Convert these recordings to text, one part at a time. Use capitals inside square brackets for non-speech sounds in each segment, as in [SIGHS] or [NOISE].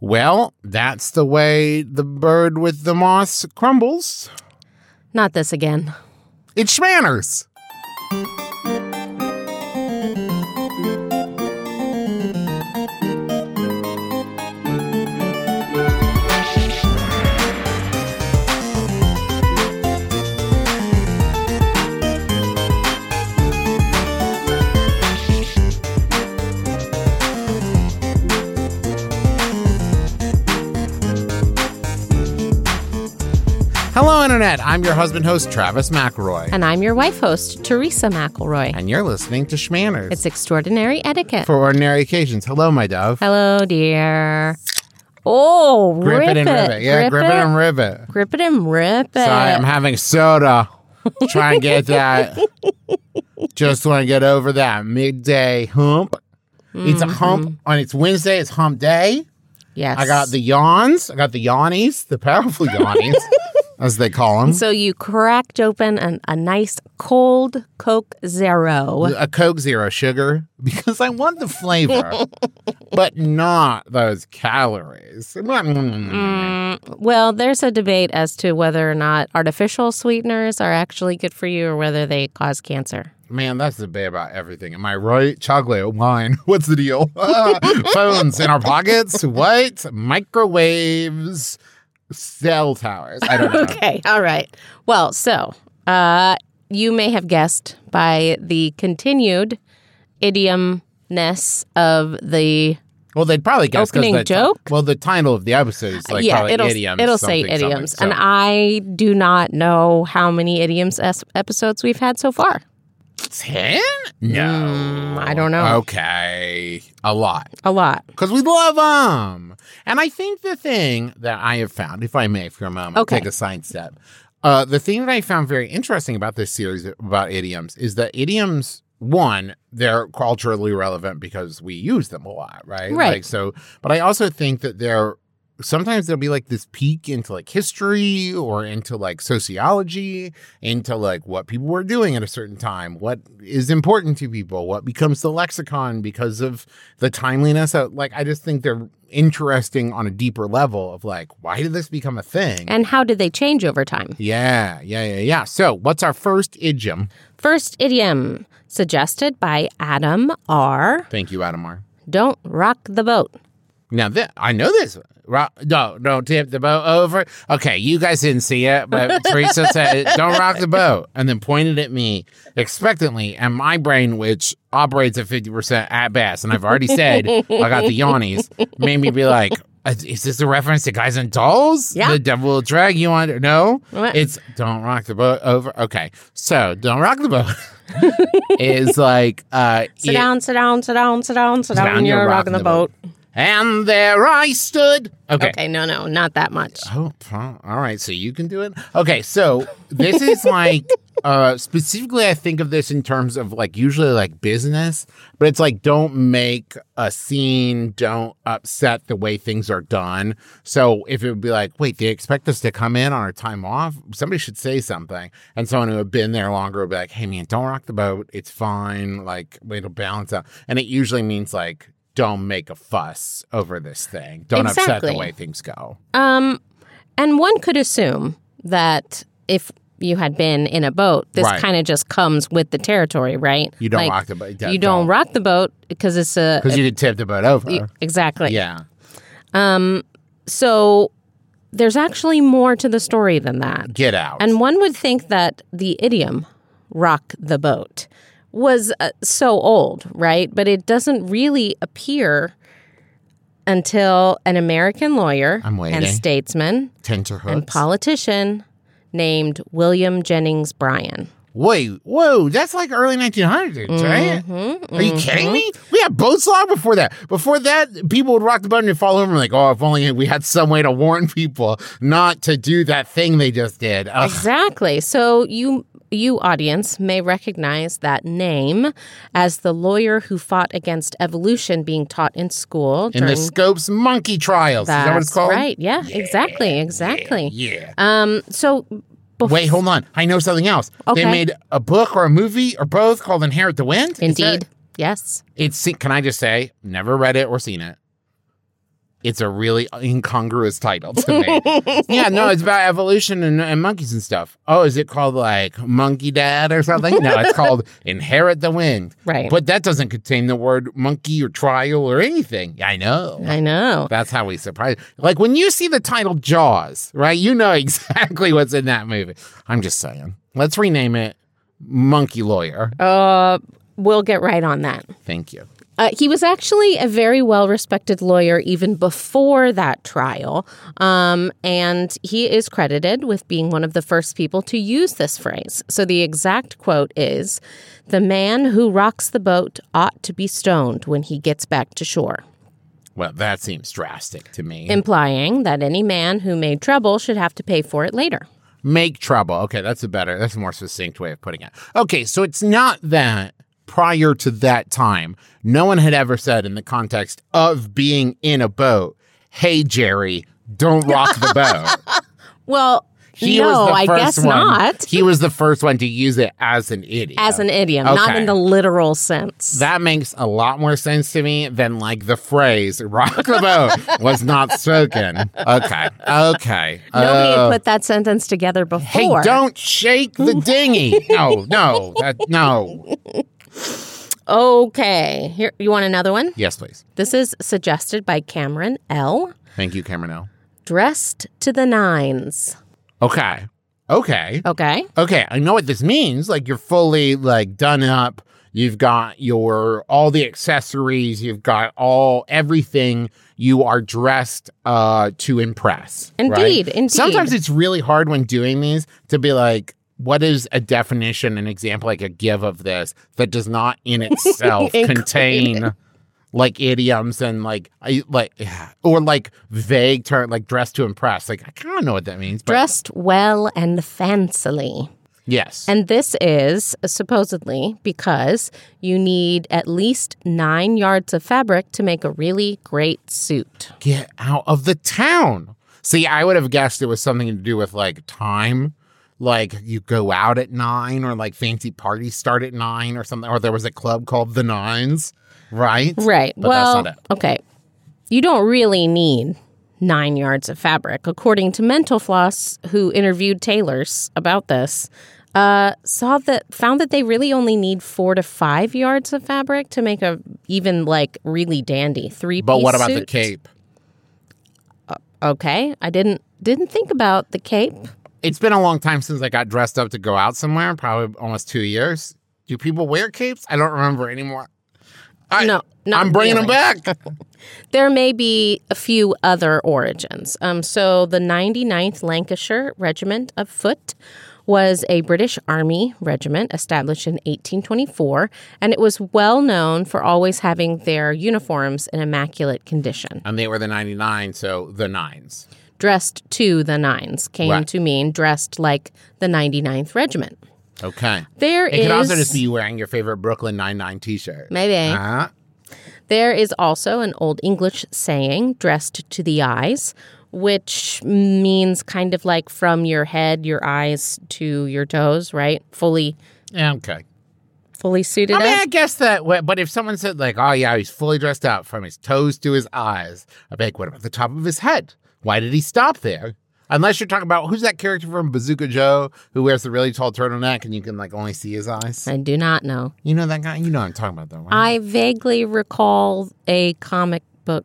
Well, that's the way the bird with the moss crumbles. Not this again. It's Schmanners. Hello, Internet. I'm your husband host, Travis McElroy. And I'm your wife host, Teresa McElroy. And you're listening to Schmanners. It's extraordinary etiquette. for ordinary occasions. Hello, my dove. Hello, dear. Oh, Grip it, and rip rivet. Yeah, grip, it. and rivet. Grip it and rip it. Sorry, I'm having soda. Try and get that. [LAUGHS] Just want to get over that midday hump. It's Mm-hmm. a hump on it's Wednesday. It's hump day. yes. I got the yawns. I got the yawnies, the powerful [LAUGHS] yawnies, as they call them. So you cracked open an, a nice cold Coke Zero. a Coke Zero sugar because I want the [LAUGHS] flavor, but not those calories. mm, Mm, well, there's a debate as to whether or not artificial sweeteners are actually good for you or whether they cause cancer. Man, that's the bit about everything. Am I right? Chocolate, wine. [LAUGHS] What's the deal? Phones in our pockets. What? Microwaves. Cell towers. I don't know. [LAUGHS] Okay, all right. Well, so uh, you may have guessed by the continued idiomness of the Well, they'd probably guess 'cause Opening the ti- joke? well, the title of the episode is like yeah, probably it'll idioms. it'll say something, something, idioms, so- and I do not know how many idioms es- episodes we've had so far. ten? No, Mm, I don't know. Okay, a lot. A lot. because we love them. And I think the thing that I have found, if I may, for a moment, Okay. take a side step. Uh, the thing that I found very interesting about this series about idioms is that idioms, one, they're culturally relevant because we use them a lot, right? Right. Like, so, but I also think that they're sometimes there'll be like this peek into like history or into like sociology, into like what people were doing at a certain time, what is important to people, what becomes the lexicon because of the timeliness. Of, like, I just think they're interesting on a deeper level of like, why did this become a thing? And how did they change over time? yeah, yeah, yeah, yeah. So, what's our first idiom? First idiom suggested by Adam R. Thank you, Adamar. Don't rock the boat. Now that I know this. Rock, no, don't tip the boat over. Okay, you guys didn't see it, but [LAUGHS] Teresa said, "Don't rock the boat," and then pointed at me expectantly. And my brain, which operates at fifty percent at best, and I've already said I got the yawnies, made me be like, "Uh, "Is this a reference to Guys and Dolls? Yeah. The devil will drag you under." No, What? it's "Don't rock the boat over." Okay, so "Don't rock the boat" [LAUGHS] is like uh, Sit it- down, sit down, sit down, sit down, sit down. down, You're, rocking, the boat. and there I stood. Okay. Okay. no, no, not that much. Oh, fine. all right. So you can do it. Okay. So this is like, uh, specifically, I think of this in terms of like usually like business, but it's like don't make a scene, don't upset the way things are done. So if it would be like, wait, they expect us to come in on our time off, somebody should say something. And someone who had been there longer would be like, hey, man, don't rock the boat. It's fine. Like, it'll balance out. And it usually means like, don't make a fuss over this thing. Don't upset Exactly. the way things go. Um, and one could assume that if you had been in a boat, this Right. kind of just comes with the territory, right? You don't Like, rock the boat. You don't rock the boat because it's a because you could tip the boat over. exactly. yeah. So there's actually more to the story than that. Get out. And one would think that the idiom rock the boat was uh, so old, right? But it doesn't really appear until an American lawyer I'm waiting. and statesman tenterhooks. and politician named William Jennings Bryan. Wait, whoa, that's like early 1900s, right? Mm-hmm, Are you kidding me? We had boats law before that. Before that, people would rock the boat and fall over and like, oh, if only we had some way to warn people not to do that thing they just did. Ugh. Exactly. So you you audience may recognize that name as the lawyer who fought against evolution being taught in school In during the Scopes Monkey Trials. is that what it's That's called? Right. Yeah, exactly. Exactly. Yeah. Um so bef- Wait, hold on. I know something else. Okay. They made a book or a movie or both called Inherit the Wind. Is that- Indeed. Yes. It's can I just say, never read it or seen it. it's a really incongruous title to me. yeah, no, it's about evolution and, and monkeys and stuff. Oh, is it called like Monkey Dad or something? No, it's called Inherit the Wind. Right. But that doesn't contain the word monkey or trial or anything. I know. I know. That's how we surprise. Like when you see the title Jaws, right? You know [LAUGHS] exactly what's in that movie. I'm just saying. Let's rename it Monkey Lawyer. Uh, we'll get right on that. Thank you. Uh, he was actually a very well respected lawyer even before that trial. Um, and he is credited with being one of the first people to use this phrase. So the exact quote is The man who rocks the boat ought to be stoned when he gets back to shore, Well, that seems drastic to me. implying that any man who made trouble should have to pay for it later. Make trouble. Okay, that's a better, that's a more succinct way of putting it. Okay, so it's not that prior to that time, no one had ever said in the context of being in a boat, hey, Jerry, don't rock the boat. [LAUGHS] Well, no, I guess one- not. He was the first one to use it as an idiom. As an idiom, not Okay. in the literal sense. that makes a lot more sense to me than like the phrase "rock the [LAUGHS] boat" was not spoken. Okay, okay. Nobody Uh, had put that sentence together before. hey, don't shake the dinghy. No, no, that, no. Okay. Here, you want another one? Yes, please. This is suggested by Cameron L. Thank you, Cameron. L. Dressed to the nines. Okay, okay. Okay. okay, I know what this means. Like you're fully like done up. You've got your all the accessories. You've got all everything. You are dressed uh, to impress. right? Indeed, indeed. Sometimes it's really hard when doing these to be like, what is a definition, an example, like a give of this that does not [LAUGHS] in itself Include contain like idioms and like I like [SIGHS] yeah, or like vague term like dress to impress. Like I kind of know what that means. But Dressed well and fancily. yes, And this is supposedly because you need at least nine yards of fabric to make a really great suit. get out of the town. See, I would have guessed it was something to do with like time. Like you go out at nine, or like fancy parties start at nine, or something, or there was a club called the Nines, right? Right. But well, that's not it. okay. You don't really need nine yards of fabric. According to Mental Floss, who interviewed tailors about this, uh, saw that found that they really only need four to five yards of fabric to make a even like really dandy three. But what about the cape? Okay, I didn't didn't think about the cape. It's been a long time since I got dressed up to go out somewhere, probably almost two years. Do people wear capes? I don't remember anymore. I, No, not I'm bringing really. them [LAUGHS] back. There may be a few other origins. Um, so, the 99th Lancashire Regiment of Foot was a British Army regiment established in 1824, and it was well known for always having their uniforms in immaculate condition. and they were the 99, so the nines. Dressed to the nines came Right. to mean dressed like the 99th Regiment. Okay. There It could also is- just be you wearing your favorite Brooklyn Nine-Nine t-shirt. Maybe. Uh-huh. There is also an Old English saying, dressed to the eyes, which means kind of like from your head, your eyes to your toes, right? Fully, Yeah, okay. fully suited I mean, up. I guess that, w- but if someone said, like, oh, yeah, he's fully dressed up from his toes to his eyes, I'd be like, what about the top of his head? Why did he stop there? Unless you're talking about who's that character from Bazooka Joe who wears the really tall turtleneck and you can, like, only see his eyes? I do not know. You know that guy? You know what I'm talking about, though, right? I vaguely recall a comic book.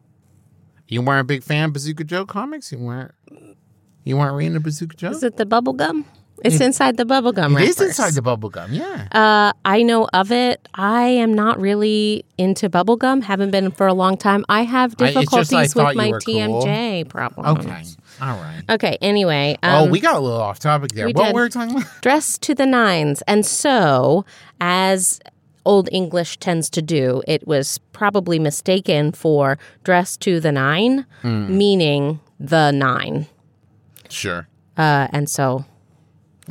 you weren't a big fan of Bazooka Joe comics? You weren't. You weren't reading the Bazooka Joe? Is it the bubble gum? It's inside the bubble gum. Mm. It is wrappers. inside the bubblegum, yeah. Uh, I know of it. I am not really into bubblegum. Haven't been for a long time. I I- have it's just difficulties I thought with you my were cool. TMJ problems. okay. All right. Okay. Anyway. Oh, Um, we got a little off topic there. we what did. were we talking about? dressed to the nines. And so, as Old English tends to do, it was probably mistaken for dressed to the nine, meaning the nine. Sure. Uh, and so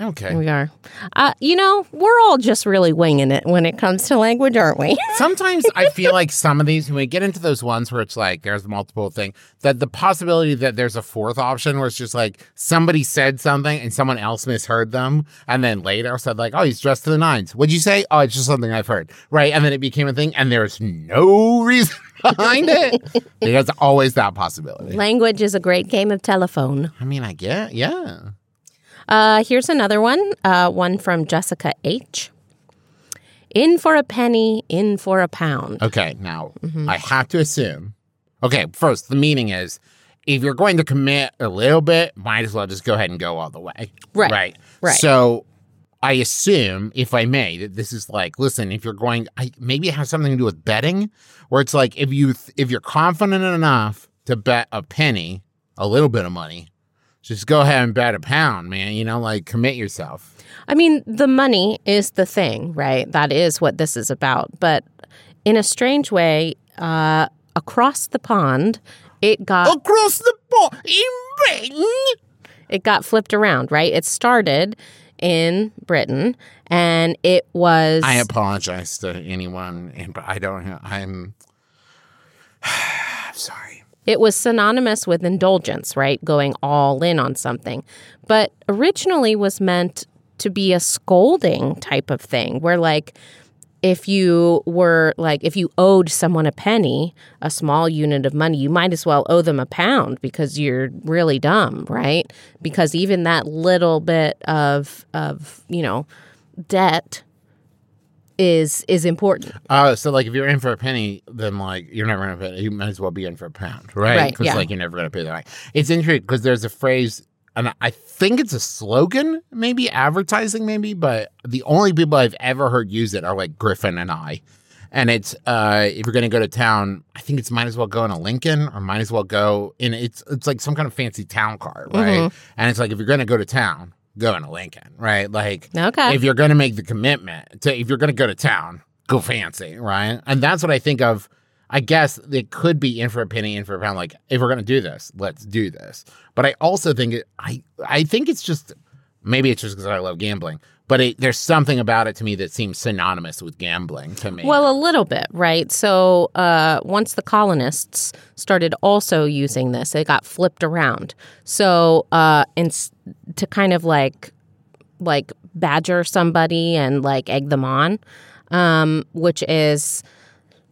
Okay. We are. Uh, you know, we're all just really winging it when it comes to language, aren't we? [LAUGHS] Sometimes I feel like some of these, when we get into those ones where it's like there's the multiple thing, that the possibility that there's a fourth option where it's just like somebody said something and someone else misheard them, and then later said like, "Oh, he's dressed to the nines. What'd you say? Oh, it's just something I've heard, right? And then it became a thing, and there's no [LAUGHS] reason behind it. There's always that possibility. language is a great game of telephone. I mean, I get, yeah. Uh, here's another one, uh, one from Jessica H. In for a penny, in for a pound. Okay, now Mm-hmm. I have to assume. Okay, first the meaning is if you're going to commit a little bit, might as well just go ahead and go all the way. Right, Right. right. So I assume, if I may, that this is like, listen, if you're going, I, maybe it has something to do with betting, where it's like if you th- if you're confident enough to bet a penny, a little bit of money, just go ahead and bet a pound, man. You know, like commit yourself. I mean, the money is the thing, right? That is what this is about. But in a strange way, uh, across the pond, it got Across the board, in ring. it got flipped around, right? It started in Britain, and it was I apologize to anyone, and but I don't. I'm. [SIGHS] I'm sorry. it was synonymous with indulgence, right? Going all in on something. But originally was meant to be a scolding type of thing where like if you were like if you owed someone a penny, a small unit of money, you might as well owe them a pound because you're really dumb, right? Because even that little bit of of, you know, debt is is important. Oh, so like if you're in for a penny, then like you're never gonna pay. You might as well be in for a pound, right? Right, Because yeah. like you're never gonna pay that. Right. It's interesting because there's a phrase, and I think it's a slogan, maybe advertising, maybe. But the only people I've ever heard use it are like Griffin and I. And it's uh, if you're gonna go to town, I think it's might as well go in a Lincoln or might as well go in. It's it's like some kind of fancy town car, right? Mm-hmm. And it's like if you're gonna go to town, go in a Lincoln, right? Like Okay. if you're going to make the commitment to if you're going to go to town go fancy right and that's what i think of i guess it could be in for a penny in for a pound like if we're going to do this let's do this but i also think it, i i think it's just maybe it's just because i love gambling but it, there's something about it to me that seems synonymous with gambling to me Well, a little bit, right? So uh, once the colonists started also using this, it got flipped around. So uh, ins- to kind of like like badger somebody and like egg them on, um, which is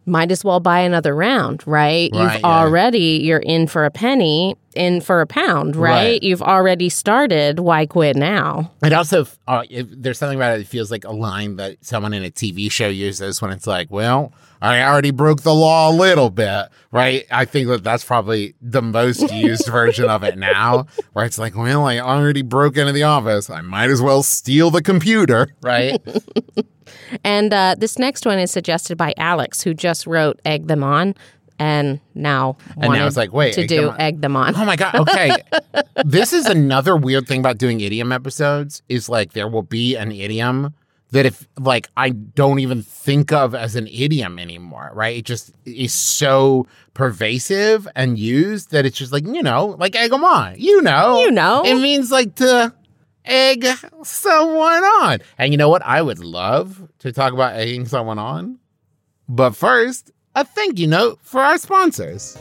might as well buy another round, right? Right, You've yeah. already you're in for a penny, in for a pound, Right. right? You've already started. Why quit now? It also, uh, if there's something about it that feels like a line that someone in a TV show uses when it's like, well, I already broke the law a little bit, right? I think that that's probably the [LAUGHS] most used version of it now, where it's like, well, I already broke into the office. I might as well steal the computer, [LAUGHS] right? And uh, this next one is suggested by Alex, who just wrote "Egg Them On," and now now wanted it's like, wait, to Egg do Them On. "Egg Them On." Oh my god. Okay. this is another weird thing about doing idiom episodes is like there will be an idiom that if like I don't even think of as an idiom anymore, right? It just is so pervasive and used that it's just like, you know, like egg 'em on. You know. [LAUGHS] You know. It means like to egg someone on. And you know what? I would love to talk about egging someone on. But first, a thank you note for our sponsors.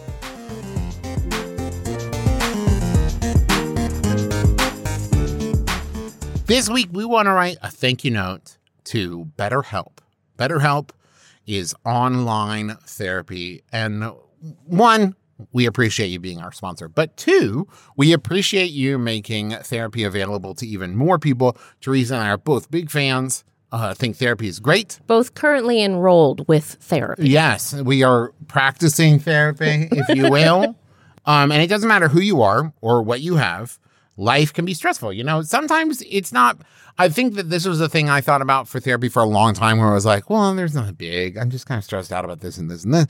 This week, we want to write a thank you note to BetterHelp. BetterHelp is online therapy. And one, we appreciate you being our sponsor. But two, we appreciate you making therapy available to even more people. Teresa and I are both big fans. Uh, think therapy is great. Both currently enrolled with therapy. Yes, we are practicing therapy, if you [LAUGHS] will. um, and it doesn't matter who you are or what you have. Life can be stressful. You know, sometimes it's not. I think that this was a thing I thought about for therapy for a long time where I was like, well, there's nothing big. I'm just kind of stressed out about this and this and this.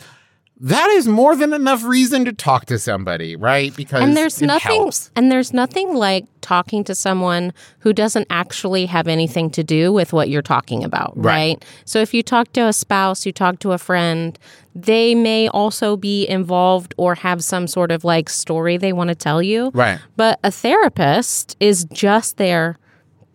That is more than enough reason to talk to somebody, right? Because And there's it nothing helps. and there's nothing like talking to someone who doesn't actually have anything to do with what you're talking about, right? So if you talk to a spouse, you talk to a friend, they may also be involved or have some sort of like story they want to tell you. Right. But a therapist is just there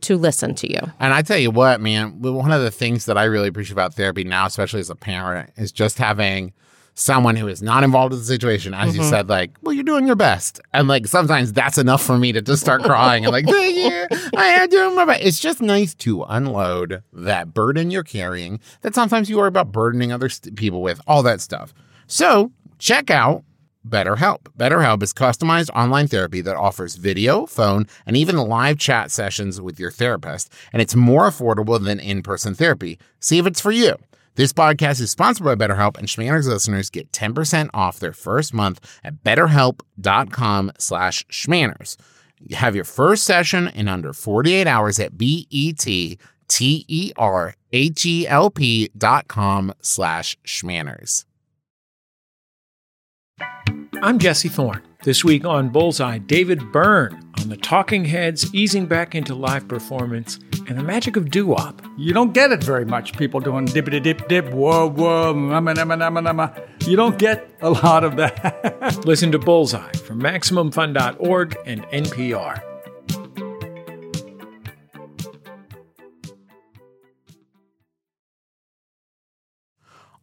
to listen to you. And I tell you what, man, one of the things that I really appreciate about therapy now, especially as a parent, is just having someone who is not involved in the situation, as you said, like, well, you're doing your best. And like sometimes that's enough for me to just start crying and like, thank you. I am doing my best. It's just nice to unload that burden you're carrying that sometimes you worry about burdening other st- people with, all that stuff. So check out BetterHelp. BetterHelp is customized online therapy that offers video, phone, and even live chat sessions with your therapist, and it's more affordable than in person therapy. See if it's for you. This podcast is sponsored by BetterHelp, and Schmanners listeners get 10% off their first month at betterhelp.com slash schmanners. You have your first session in under 48 hours at E B-E-T-T-E-R-H-E-L-P E dot com slash schmanners. I'm Jesse Thorne. This week on Bullseye, David Byrne on the Talking Heads easing back into live performance and the magic of doo wop. You don't get it very much. People doing dippity dip dip, whoa whoa, nama nama nama nama. You don't get a lot of [LAUGHS] that. [LAUGHS] Listen to Bullseye from MaximumFun.org and NPR.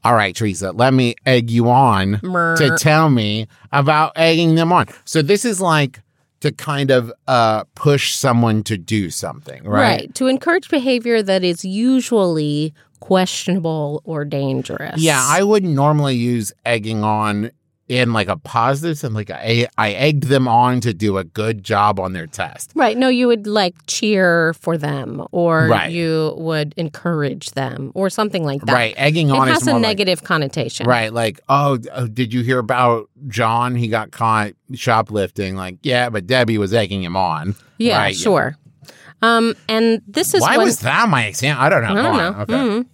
All right, Teresa, let me egg you on Mer. to tell me about egging them on. So this is like to kind of uh, push someone to do something, right? To encourage behavior that is usually questionable or dangerous. Yeah, I would normally use egging on in like a positive sense. Like I, I egged them on to do a good job on their test. Right. No, you would like cheer for them or Right. you would encourage them or something like that. Right, egging It on has is more a like- negative connotation. Right, like oh, oh, did you hear about John? He got caught shoplifting. Like yeah, but Debbie was egging him on. Yeah, Right, sure. Um, and this is Why one, was that my example? I don't know. I don't Go know. on. Okay. Mhm.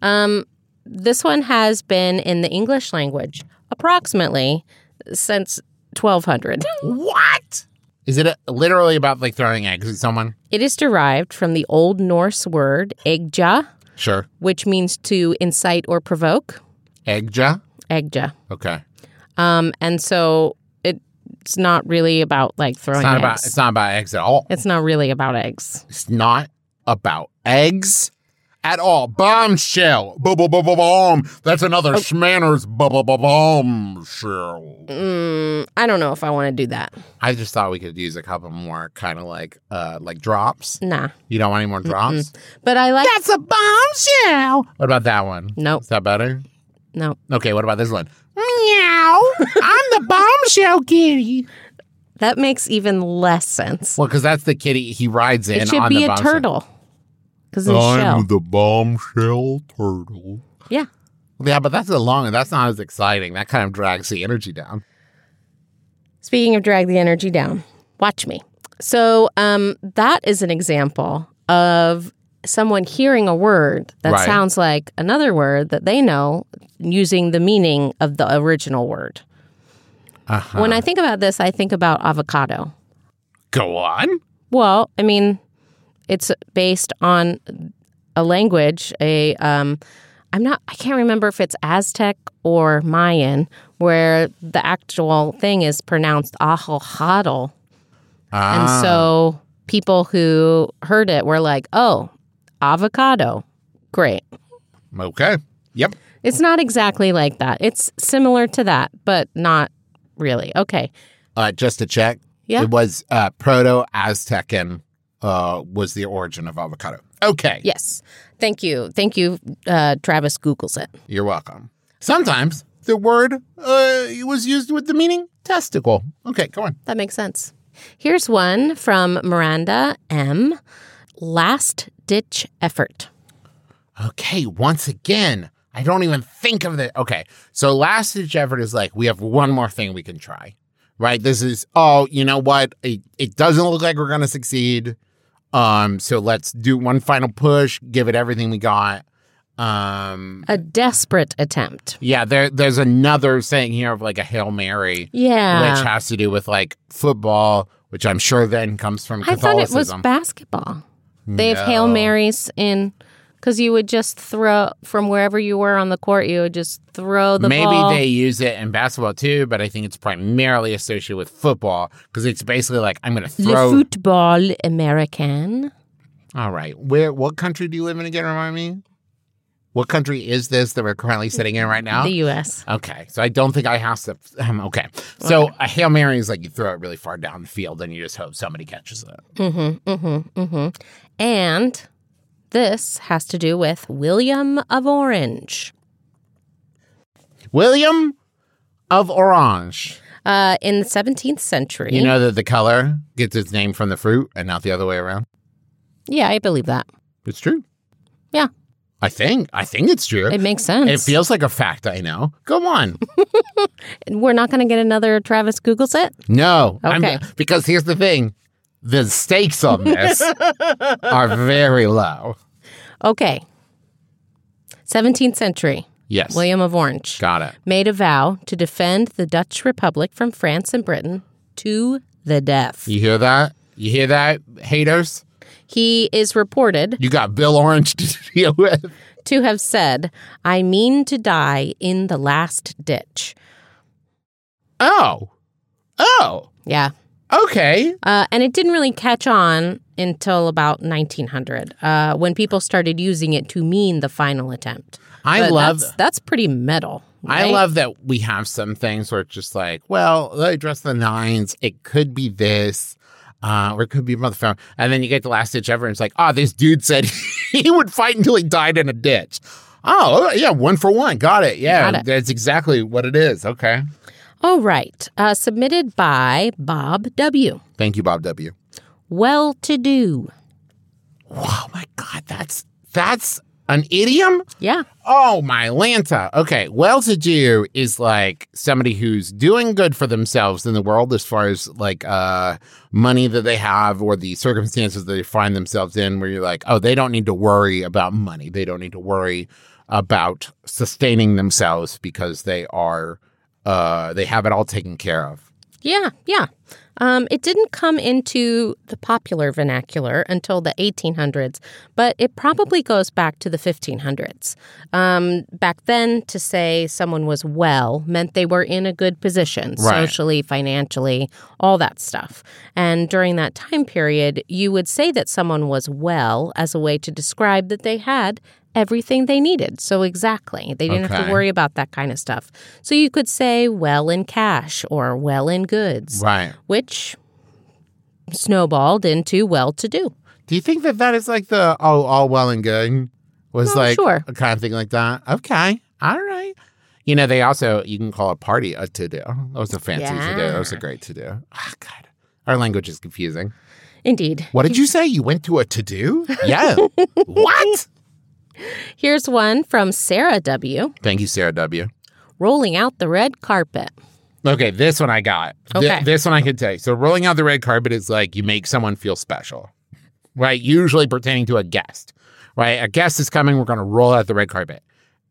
Um, this one has been in the English language approximately since 1200. What? Is it a, literally about like throwing eggs at someone? [LAUGHS] It is derived from the Old Norse word egja, Sure. which means to incite or provoke. Eggja? Egja. Okay. Um, and so it's not really about like throwing It's not eggs. about it's not about eggs at all. It's not really about eggs. It's not about eggs at all. Bombshell. Bo- bo- bo- bo- Bomb. That's another Oh. Schmanners bo- bo- bo- bombshell. Mm, I don't know if I want to do that. I just thought we could use a couple more kind of like uh like drops. Nah. You don't want any more drops? But I like. That's a bombshell. What about that one? Nope. Is that better? No. Okay, what about this one? Meow. I'm the bombshell kitty. That makes even less sense. Well, because that's the kitty he rides in. It should on be the a bombshell. turtle. Because it's a shell. the bombshell turtle. yeah. Yeah, but that's a long. That's not as exciting. That kind of drags the energy down. Speaking of drag the energy down, watch me. So um, that is an example of someone hearing a word that Right. sounds like another word that they know using the meaning of the original word. Uh-huh. When I think about this, I think about avocado. Go on. Well, I mean, it's based on a language, a um I'm not I can't remember if it's Aztec or Mayan where the actual thing is pronounced ajojado. And so people who heard it were like, "Oh, avocado. Great." Okay. Yep. It's not exactly like that. It's similar to that, but not really. Okay. Uh, just to check. Yeah. It was uh, Proto Aztecan uh, was the origin of avocado. Okay. Yes. Thank you. Thank you. Uh, Travis Googles it. You're welcome. Sometimes the word uh, was used with the meaning testicle. Okay, go on. That makes sense. Here's one from Miranda M. Last ditch effort. Okay, once again, I don't even think of the Okay, so last ditch effort is like we have one more thing we can try, right? This is oh, you know what? It, it doesn't look like we're gonna succeed. Um, so let's do one final push, give it everything we got. Um, A desperate attempt. yeah, there there's another saying here of like a hail mary, which Yeah. has to do with like football, which I'm sure then comes from I thought it was Catholicism. basketball. They have Hail No. Marys in because you would just throw from wherever you were on the court, you would just throw the Maybe ball. they use it in basketball too, but I think it's primarily associated with football because it's basically like I'm going to Le throw football American. All right. Where? What country do you live in again? Remind me. What country is this that we're currently sitting in right now? The U.S. Okay, so I don't think I have to. Um, okay, so a hail mary is like you throw it really far down the field and you just hope somebody catches it. Mm-hmm, mm-hmm, mm-hmm. And this has to do with William of Orange. William of Orange. Uh, in the 17th century. You know that the color gets its name from the fruit and not the other way around. yeah, I believe that. It's true. Yeah. I think. I think it's true. It makes sense. It feels like a fact. I know. Come on. We're not going to get another Travis Googles it. [LAUGHS] No. Okay. because here's the thing the stakes on [LAUGHS] this are very low. Okay. 17th century. Yes. William of Orange Got it. made a vow to defend the Dutch Republic from France and Britain to the death. You hear that? You hear that, haters? He is reported You got Bill Orange [LAUGHS] to deal with. to have said, I mean to die in the last ditch. Oh. Oh. Yeah. Okay. Uh, and it didn't really catch on until about 1900 uh, when people started using it to mean the final attempt. I But love that's, that's pretty metal. I right? love that we have some things where it's just like, well, they dress the nines. It could be this, uh, or it could be motherfucker. And then you get the last ditch ever, and it's like, oh, this dude said [LAUGHS] he would fight until he died in a ditch. Oh, yeah, one for one. Got it. Yeah, Got it. that's exactly what it is. Okay. All right. Uh, submitted by Bob W. Thank you, Bob W. Well to do. Oh my God, that's that's an idiom. Yeah. Oh, my Lanta. Okay. Well to do is like somebody who's doing good for themselves in the world as far as like uh, money that they have or the circumstances that they find themselves in, where you're like, oh, they don't need to worry about money. They don't need to worry about sustaining themselves because they are, uh, they have it all taken care of. Yeah. Yeah. Um, it didn't come into the popular vernacular until the 1800s, but it probably goes back to the 1500s. Um, back then, to say someone was well meant they were in a good position Right. socially, financially, all that stuff. And during that time period, you would say that someone was well as a way to describe that they had everything they needed. So, exactly. They didn't have Okay. to worry about that kind of stuff. So, you could say well in cash or well in goods Right. which snowballed into well to do. Do you think that that is like the oh, all well and good was Well, like sure. a kind of thing like that? Okay, all right. You know, they also you can call a party a to do. That was a fancy to do. That was a Yeah. great to do. Ah, God, our language is confusing. Indeed. What did you say? You went to a to [LAUGHS] do? Yeah. what? Here's one from Sarah W. Thank you, Sarah W. Rolling out the red carpet. Okay, this one I got. Th- Okay. this one I can tell you. So rolling out the red carpet is like you make someone feel special, right? Usually pertaining to a guest, right? A guest is coming. We're going to roll out the red carpet,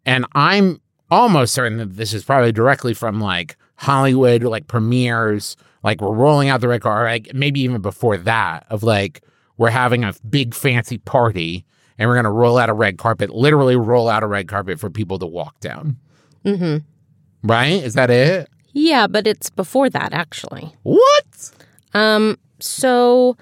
and I'm almost certain that this is probably directly from like Hollywood, or like premieres. Like we're rolling out the red carpet, like maybe even before that, of like we're having a big fancy party and we're going to roll out a red carpet. Literally roll out a red carpet for people to walk down. Mm-hmm. Right? Is that it? Yeah, but it's before that, actually. What? Um, so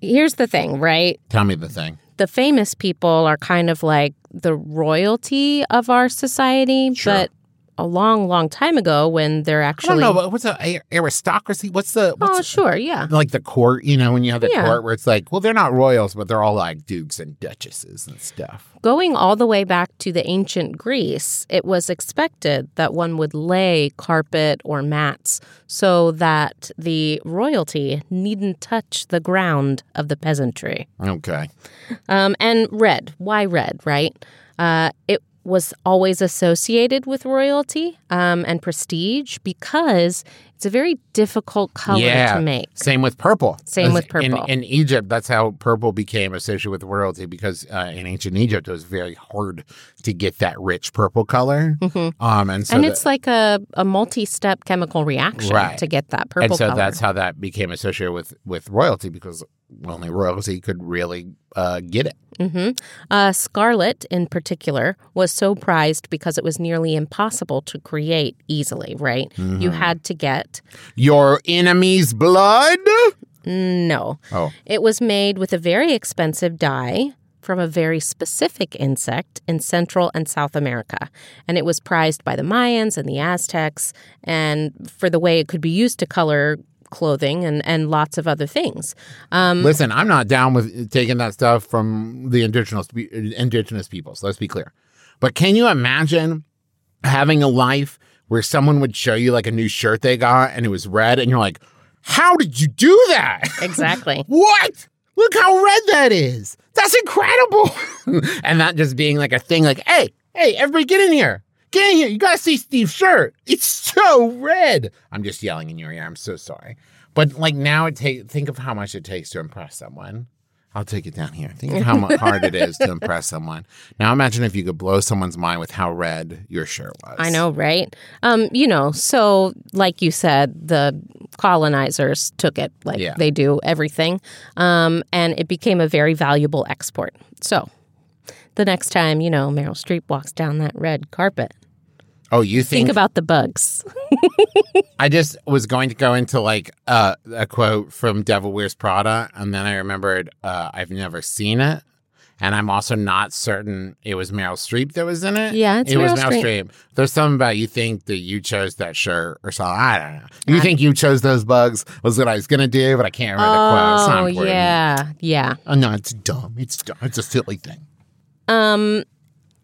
here's the thing, right? Tell me the thing. The famous people are kind of like the royalty of our society, Sure. but a long, long time ago when they're I don't actually know. but What's a aristocracy? What's the Oh, what's sure, yeah. like the court? You know, when you have the Yeah. court where it's like, well, they're not royals, but they're all like dukes and duchesses and stuff. Going all the way back to the ancient Greece, it was expected that one would lay carpet or mats so that the royalty needn't touch the ground of the peasantry. Okay. Um, and red, why red, right? Uh, it was always associated with royalty um, and prestige because it's a very difficult color Yeah. to make. Same with purple. Same with In- purple. In, Egypt, that's how purple became associated with royalty because uh, in ancient Egypt, it was very hard to get that rich purple color. Um, and so Mm-hmm. and the- it's like a, a multi step chemical reaction Right. to get that purple and so color. that's how that became associated with with royalty because only royalty could really uh, get it. hmm Uh, scarlet, in particular, was so prized because it was nearly impossible to Mm-hmm. create easily, right? You had to get Your enemy's blood. No. Oh. It was made with a very expensive dye from a very specific insect in Central and South America. And it was prized by the Mayans and the Aztecs and for the way it could be used to color clothing and, and lots of other things. Listen, I'm not down with taking that stuff from the indigenous pe- indigenous peoples. Let's be clear. But can you imagine having a life where someone would show you like a new shirt they got and it was red, and you're like, "How did you do that? [LAUGHS] Exactly. what? Look how red that is. That's incredible." [LAUGHS] and that just being like a thing, like, "Hey, hey, everybody, get in here." Get in here. You gotta see Steve's shirt. It's so red. I'm just yelling in your ear. I'm so sorry. But like now, it take think of how much it takes to impress someone. I'll take it down here. Think of how mu- hard it is to impress someone. Now imagine if you could blow someone's mind with how red your shirt was. I know, right? Um, you know, so like you said, the colonizers took it like Yeah. they do everything, um, and it became a very valuable export. So the next time, you know, Meryl Streep walks down that red carpet, Oh, you think think, about the bugs. I just was going to go into like uh, a quote from Devil Wears Prada, and then I remembered uh, I've never seen it, and I'm also not certain it was Meryl Streep that was in it. Yeah, it's it was Meryl Meryl Streep. There's something about you think that you chose that shirt or something. I don't know. You think you chose those bugs was what I was gonna do, but I can't remember the quote. It's not Oh, important. yeah, yeah. Oh, no, it's dumb. It's dumb. It's a silly thing.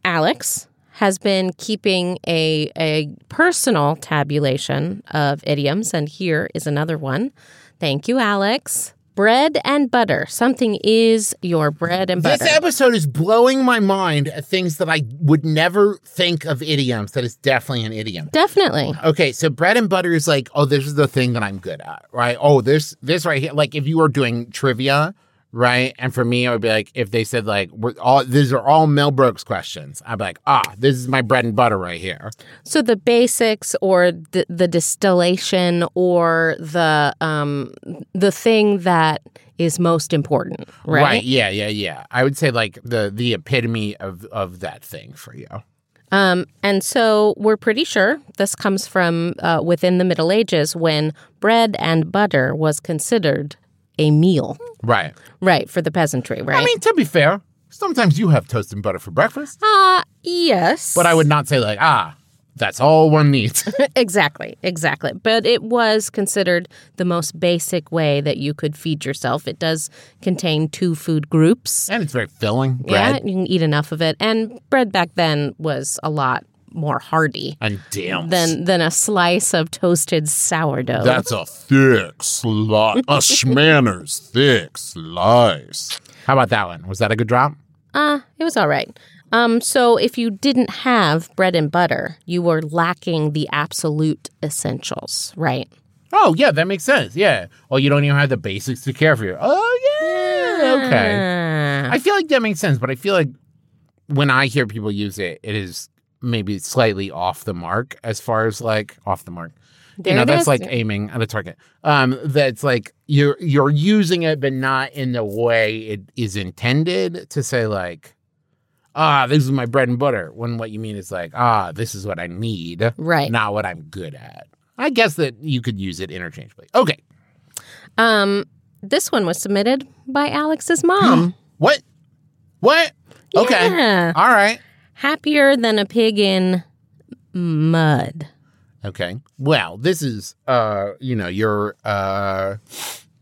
Alex has been keeping a, a personal tabulation of idioms, and here is another one. Thank you, Alex. Bread and butter. Something is your bread and butter. This episode is blowing my mind at things that I would never think of idioms. That is definitely an idiom. Definitely. Okay, so bread and butter is like, oh, this is the thing that I'm good at, right? Oh, this this right here, like if you were doing trivia, right? And for me, it would be like if they said like, we're all these are all Mel Brooks questions. I'd be like, ah, this is my bread and butter right here. So the basics or the, the distillation or the um the thing that is most important, right? Yeah. Yeah. Yeah. I would say like the the epitome of of that thing for you. Um, and so we're pretty sure this comes from uh, within the Middle Ages when bread and butter was considered a meal, Right. right, for the peasantry, right? I mean, to be fair, sometimes you have toast and butter for breakfast. uh, yes. But I would not say like, ah, that's all one needs. [LAUGHS] Exactly, exactly. But it was considered the most basic way that you could feed yourself. It does contain two food groups. and it's very filling. Bread Yeah, you can eat enough of it. And bread back then was a lot more hearty and damn. than than a slice of toasted sourdough. That's a thick slice. A schmanner's thick slice. How about that one? Was that a good drop? uh, it was all right. Um, so if you didn't have bread and butter, you were lacking the absolute essentials, right? Oh yeah, that makes sense. Yeah. Oh, you don't even have the basics to care for you. Oh yeah. Okay. Ah, I feel like that makes sense, but I feel like when I hear people use it, it is maybe slightly off the mark as far as like off the mark. There you know, it that's is. like aiming at a target. Um, that's like you're you're using it, but not in the way it is intended to say like, ah, this is my bread and butter. When what you mean is like, ah, this is what I need, Right. Not what I'm good at. I guess that you could use it interchangeably. Okay, um, this one was submitted by Alex's mom. what, what? [GASPS] Okay, Yeah. all right, Happier than a pig in mud. okay. Well, this is uh, you know, you're uh,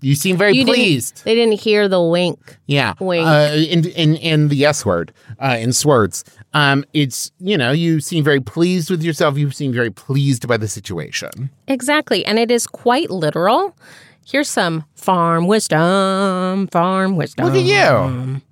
you seem very You didn't- pleased. They didn't hear the wink. Yeah. Wink. Uh, in, in, in the S word, uh, in swords. Um, it's, you know, you seem very pleased with yourself. You seem very pleased by the situation. Exactly. And it is quite literal. Here's some farm wisdom, farm wisdom. Look at Um, you.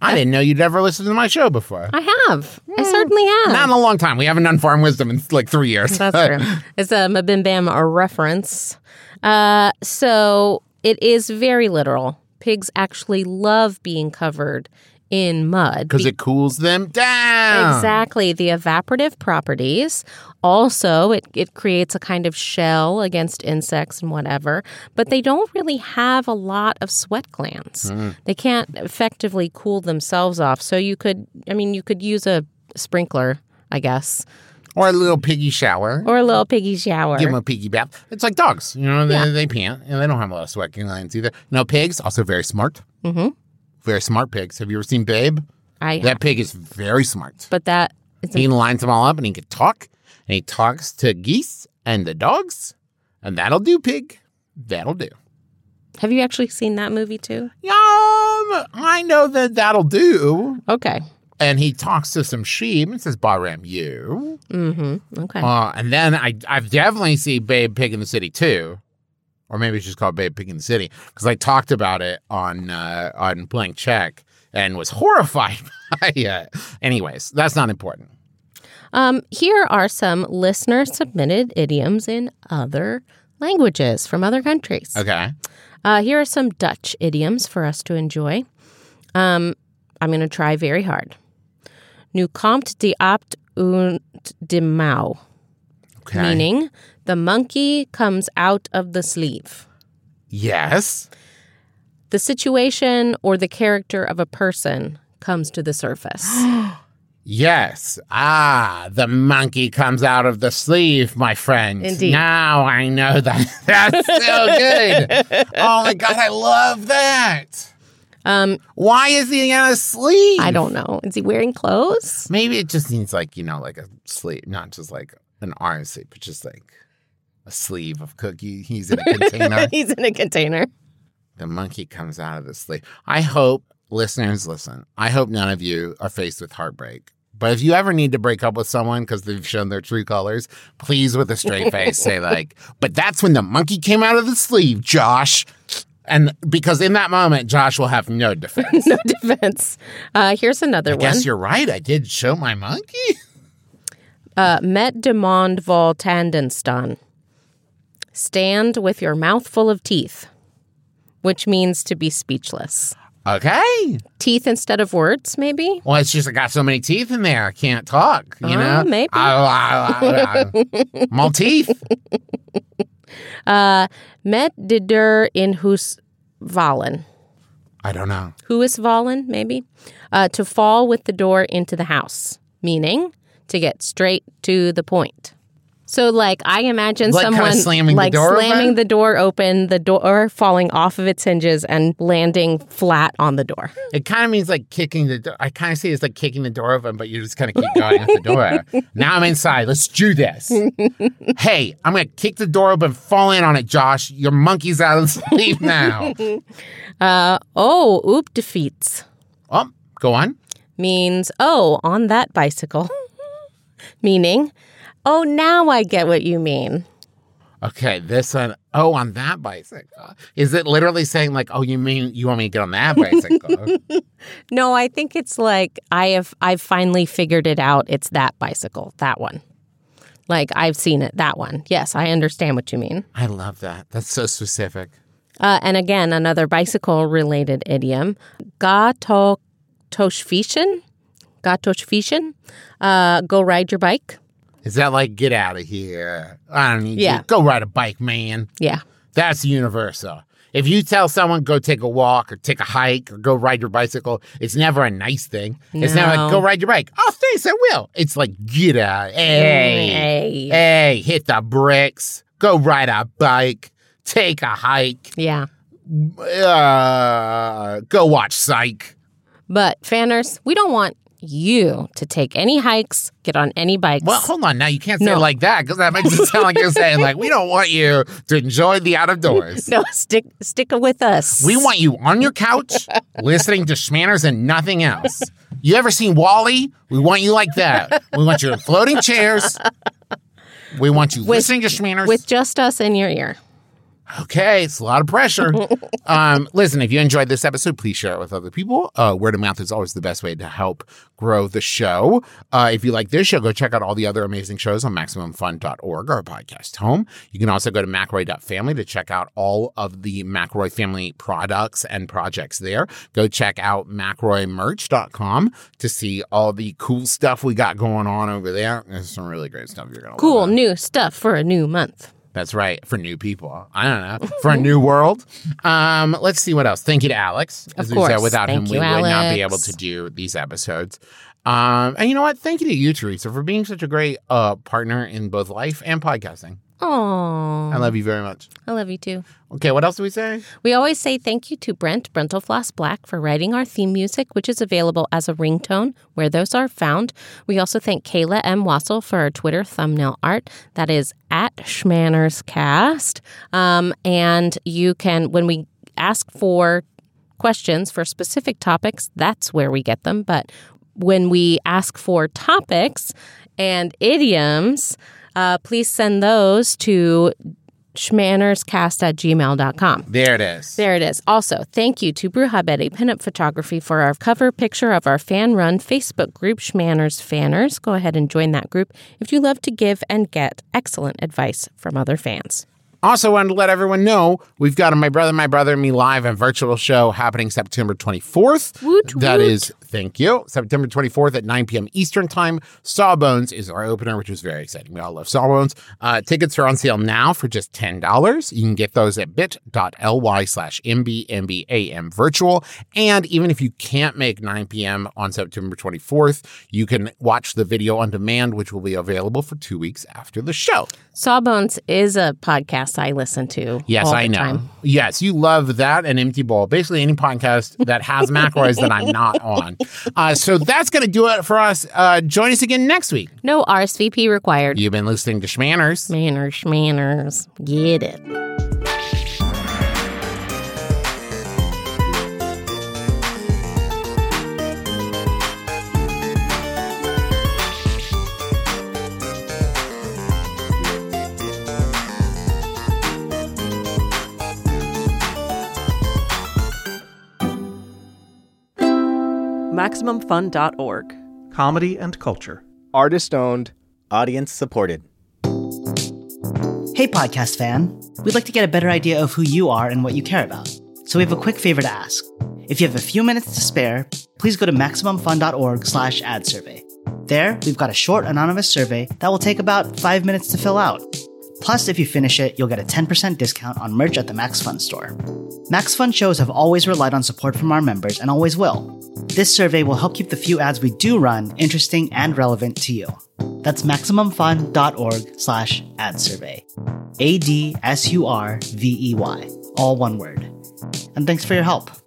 I didn't know you'd ever listened to my show before. I have. Hmm. I certainly have. Not in a long time. We haven't done Farm Wisdom in like three years. That's true. It's um, a Mabim Bam a reference. Uh, so it is very literal. Pigs actually love being covered in mud. Because it cools them down. Exactly. The evaporative properties. Also, it, it creates a kind of shell against insects and whatever, but they don't really have a lot of sweat glands. Hmm. They can't effectively cool themselves off. So you could, I mean, you could use a sprinkler, I guess, Or a little piggy shower. or a little piggy shower. Give them a piggy bath. It's like dogs, you know, they, they pant and they don't have a lot of sweating glands either. Now, pigs, also very smart. Mm-hmm. Very smart pigs. Have you ever seen Babe? I That pig is very smart. but that is He lines them all up and he can talk. And he talks to geese and the dogs. And that'll do, pig. That'll do. Have you actually seen that movie too? Yum! I know that that'll do. Okay. And he talks to some sheep and says, Bahram, you. Mm-hmm. Okay. Uh, and then I, I've definitely seen Babe Pig in the City too, or maybe it's just called Babe Pig in the City because I talked about it on uh, on Blank Check and was [LAUGHS] horrified by it. Anyways, that's not important. Um, here are some listener submitted idioms in other languages from other countries. Okay, Uh, here are some Dutch idioms for us to enjoy. Um, I'm going to try very hard. Nu komt de apt und de mouw, okay. meaning the monkey comes out of the sleeve. yes, The situation or the character of a person comes to the surface. yes. Ah, the monkey comes out of the sleeve, my friend. Indeed. Now I know that. [LAUGHS] that's so good. oh my god, I love that. Um, Why is he out of sleeve? I don't know. Is he wearing clothes? Maybe it just needs like you know, like a sleeve, not just like an arm sleeve, but just like a sleeve of cookie. [LAUGHS] He's in a [LAUGHS] container. He's in a container. the monkey comes out of the sleeve. I hope listeners listen. I hope none of you are faced with heartbreak. But if you ever need to break up with someone because they've shown their true colors, please, with a straight face, [LAUGHS] say like, "But that's when the monkey came out of the sleeve, Josh." And because in that moment, Josh will have no defense. [LAUGHS] No defense. Uh, here's another I one. guess you're right. I did show my monkey. Uh, met demand vol tandenstan. Stand with your mouth full of teeth, which means to be speechless. Okay. Teeth instead of words, maybe? Well, it's just I got so many teeth in there, I can't talk. You Oh, know, maybe. Ah, ah, ah, [LAUGHS] ah. More teeth. Met de der in hus valen. I don't know. Who is valen, maybe? Uh, to fall with the door into the house, meaning to get straight to the point. So, like, I imagine Like kinda someone slamming the like door slamming open? the door open, the door falling off of its hinges and landing flat on the door. It kind of means like kicking the. door. I kind of see it as like kicking the door open, but you just kind of keep going at the [LAUGHS] door. Now I'm inside. Let's do this. hey, I'm gonna kick the door open, fall in on it, Josh. Your monkey's out of sleep [LAUGHS] now. Oh, oop defeats oh, go on. means, oh, on that bicycle. [LAUGHS] Meaning, oh, now I get what you mean. Okay, this one, oh, on that bicycle. Is it literally saying like, oh, you mean you want me to get on that [LAUGHS] bicycle? No, I think it's like I have I've finally figured it out. It's that bicycle, that one. Like I've seen it, that one. Yes, I understand what you mean. I love that. That's so specific. Uh, and again, another bicycle related idiom, gatoschfischen. Gatoschfischen. Uh, go ride your bike. Is that like get out of here? I don't need Yeah. you. Go ride a bike, man. Yeah. That's universal. If you tell someone go take a walk or take a hike or go ride your bicycle, it's never a nice thing. It's never No. like go ride your bike. Oh, thanks, I will. It's like get out. Hey, Hey. hey, hit the bricks. Go ride a bike. Take a hike. Yeah. Uh, go watch Psych. But fanners, we don't want you to take any hikes, get on any bikes. Well, hold on. Now you can't say No. it like that because that makes it sound like you're saying like we don't want you to enjoy the out of doors. [LAUGHS] no, stick stick with us. We want you on your [LAUGHS] couch listening to schmanners and nothing else. You ever seen Wally? We want you like that. We want you in floating chairs. We want you listening to schmanners. with just us in your ear. okay, it's a lot of pressure. um, listen, if you enjoyed this episode, please share it with other people. Uh, word of mouth is always the best way to help grow the show. Uh, if you like this show, go check out all the other amazing shows on MaximumFun.org, our podcast home. You can also go to MacRoy.family to check out all of the MacRoy family products and projects there. Go check out MacRoyMerch.com to see all the cool stuff we got going on over there. There's some really great stuff you're going to Cool new stuff for a new month. that's right. For new people. I don't know. For a new world. Um, let's see what else. Thank you to Alex. As Of we said, course. without him, Thank you, we would not be Alex. able to do these episodes. Um, and you know what? Thank you to you, Teresa, for being such a great uh, partner in both life and podcasting. Aww. I love you very much. I love you too. Okay, what else do we say? We always say thank you to Brent Brentelfloss Black for writing our theme music, which is available as a ringtone where those are found. We also thank Kayla M. Wassel for our Twitter thumbnail art. That is at SchmannersCast. Um, and you can, when we ask for questions for specific topics, that's where we get them. But when we ask for topics and idioms, uh, please send those to schmannerscast at gmail.com. There it is. There it is. Also, thank you to Brujabetti Pinup Photography for our cover picture of our fan run Facebook group, Schmanners Fanners. Go ahead and join that group if you love to give and get excellent advice from other fans. Also, wanted to let everyone know we've got a My Brother, My Brother, and Me live and virtual show happening September 24th. Woot, That woot. is, thank you, September 24th at 9 p.m. Eastern Time. Sawbones is our opener, which is very exciting. We all love Sawbones. Uh, tickets are on sale now for just $10. You can get those at bit.ly slash MBMBAM virtual. And even if you can't make 9 p.m. on September 24th, you can watch the video on demand, which will be available for two weeks after the show. Sawbones is a podcast I listen to. Yes, all I the know. time. Yes, you love that and Empty Bowl. Basically, any podcast that [LAUGHS] has McElroy's that I'm not on. Uh, so that's going to do it for us. Uh, join us again next week. No RSVP required. You've been listening to Schmanners. Manners, schmanners. Get it. MaximumFun.org. comedy and culture. Artist owned, audience supported. Hey, podcast fan. We'd like to get a better idea of who you are and what you care about. So we have a quick favor to ask. If you have a few minutes to spare, please go to MaximumFun.org slash ad survey. There, we've got a short anonymous survey that will take about five minutes to fill out. Plus, if you finish it, you'll get a 10% discount on merch at the Max Fun store. Max Fun shows have always relied on support from our members and always will. This survey will help keep the few ads we do run interesting and relevant to you. That's MaximumFun.org slash ad survey. A D S U R V E Y. All one word. And thanks for your help.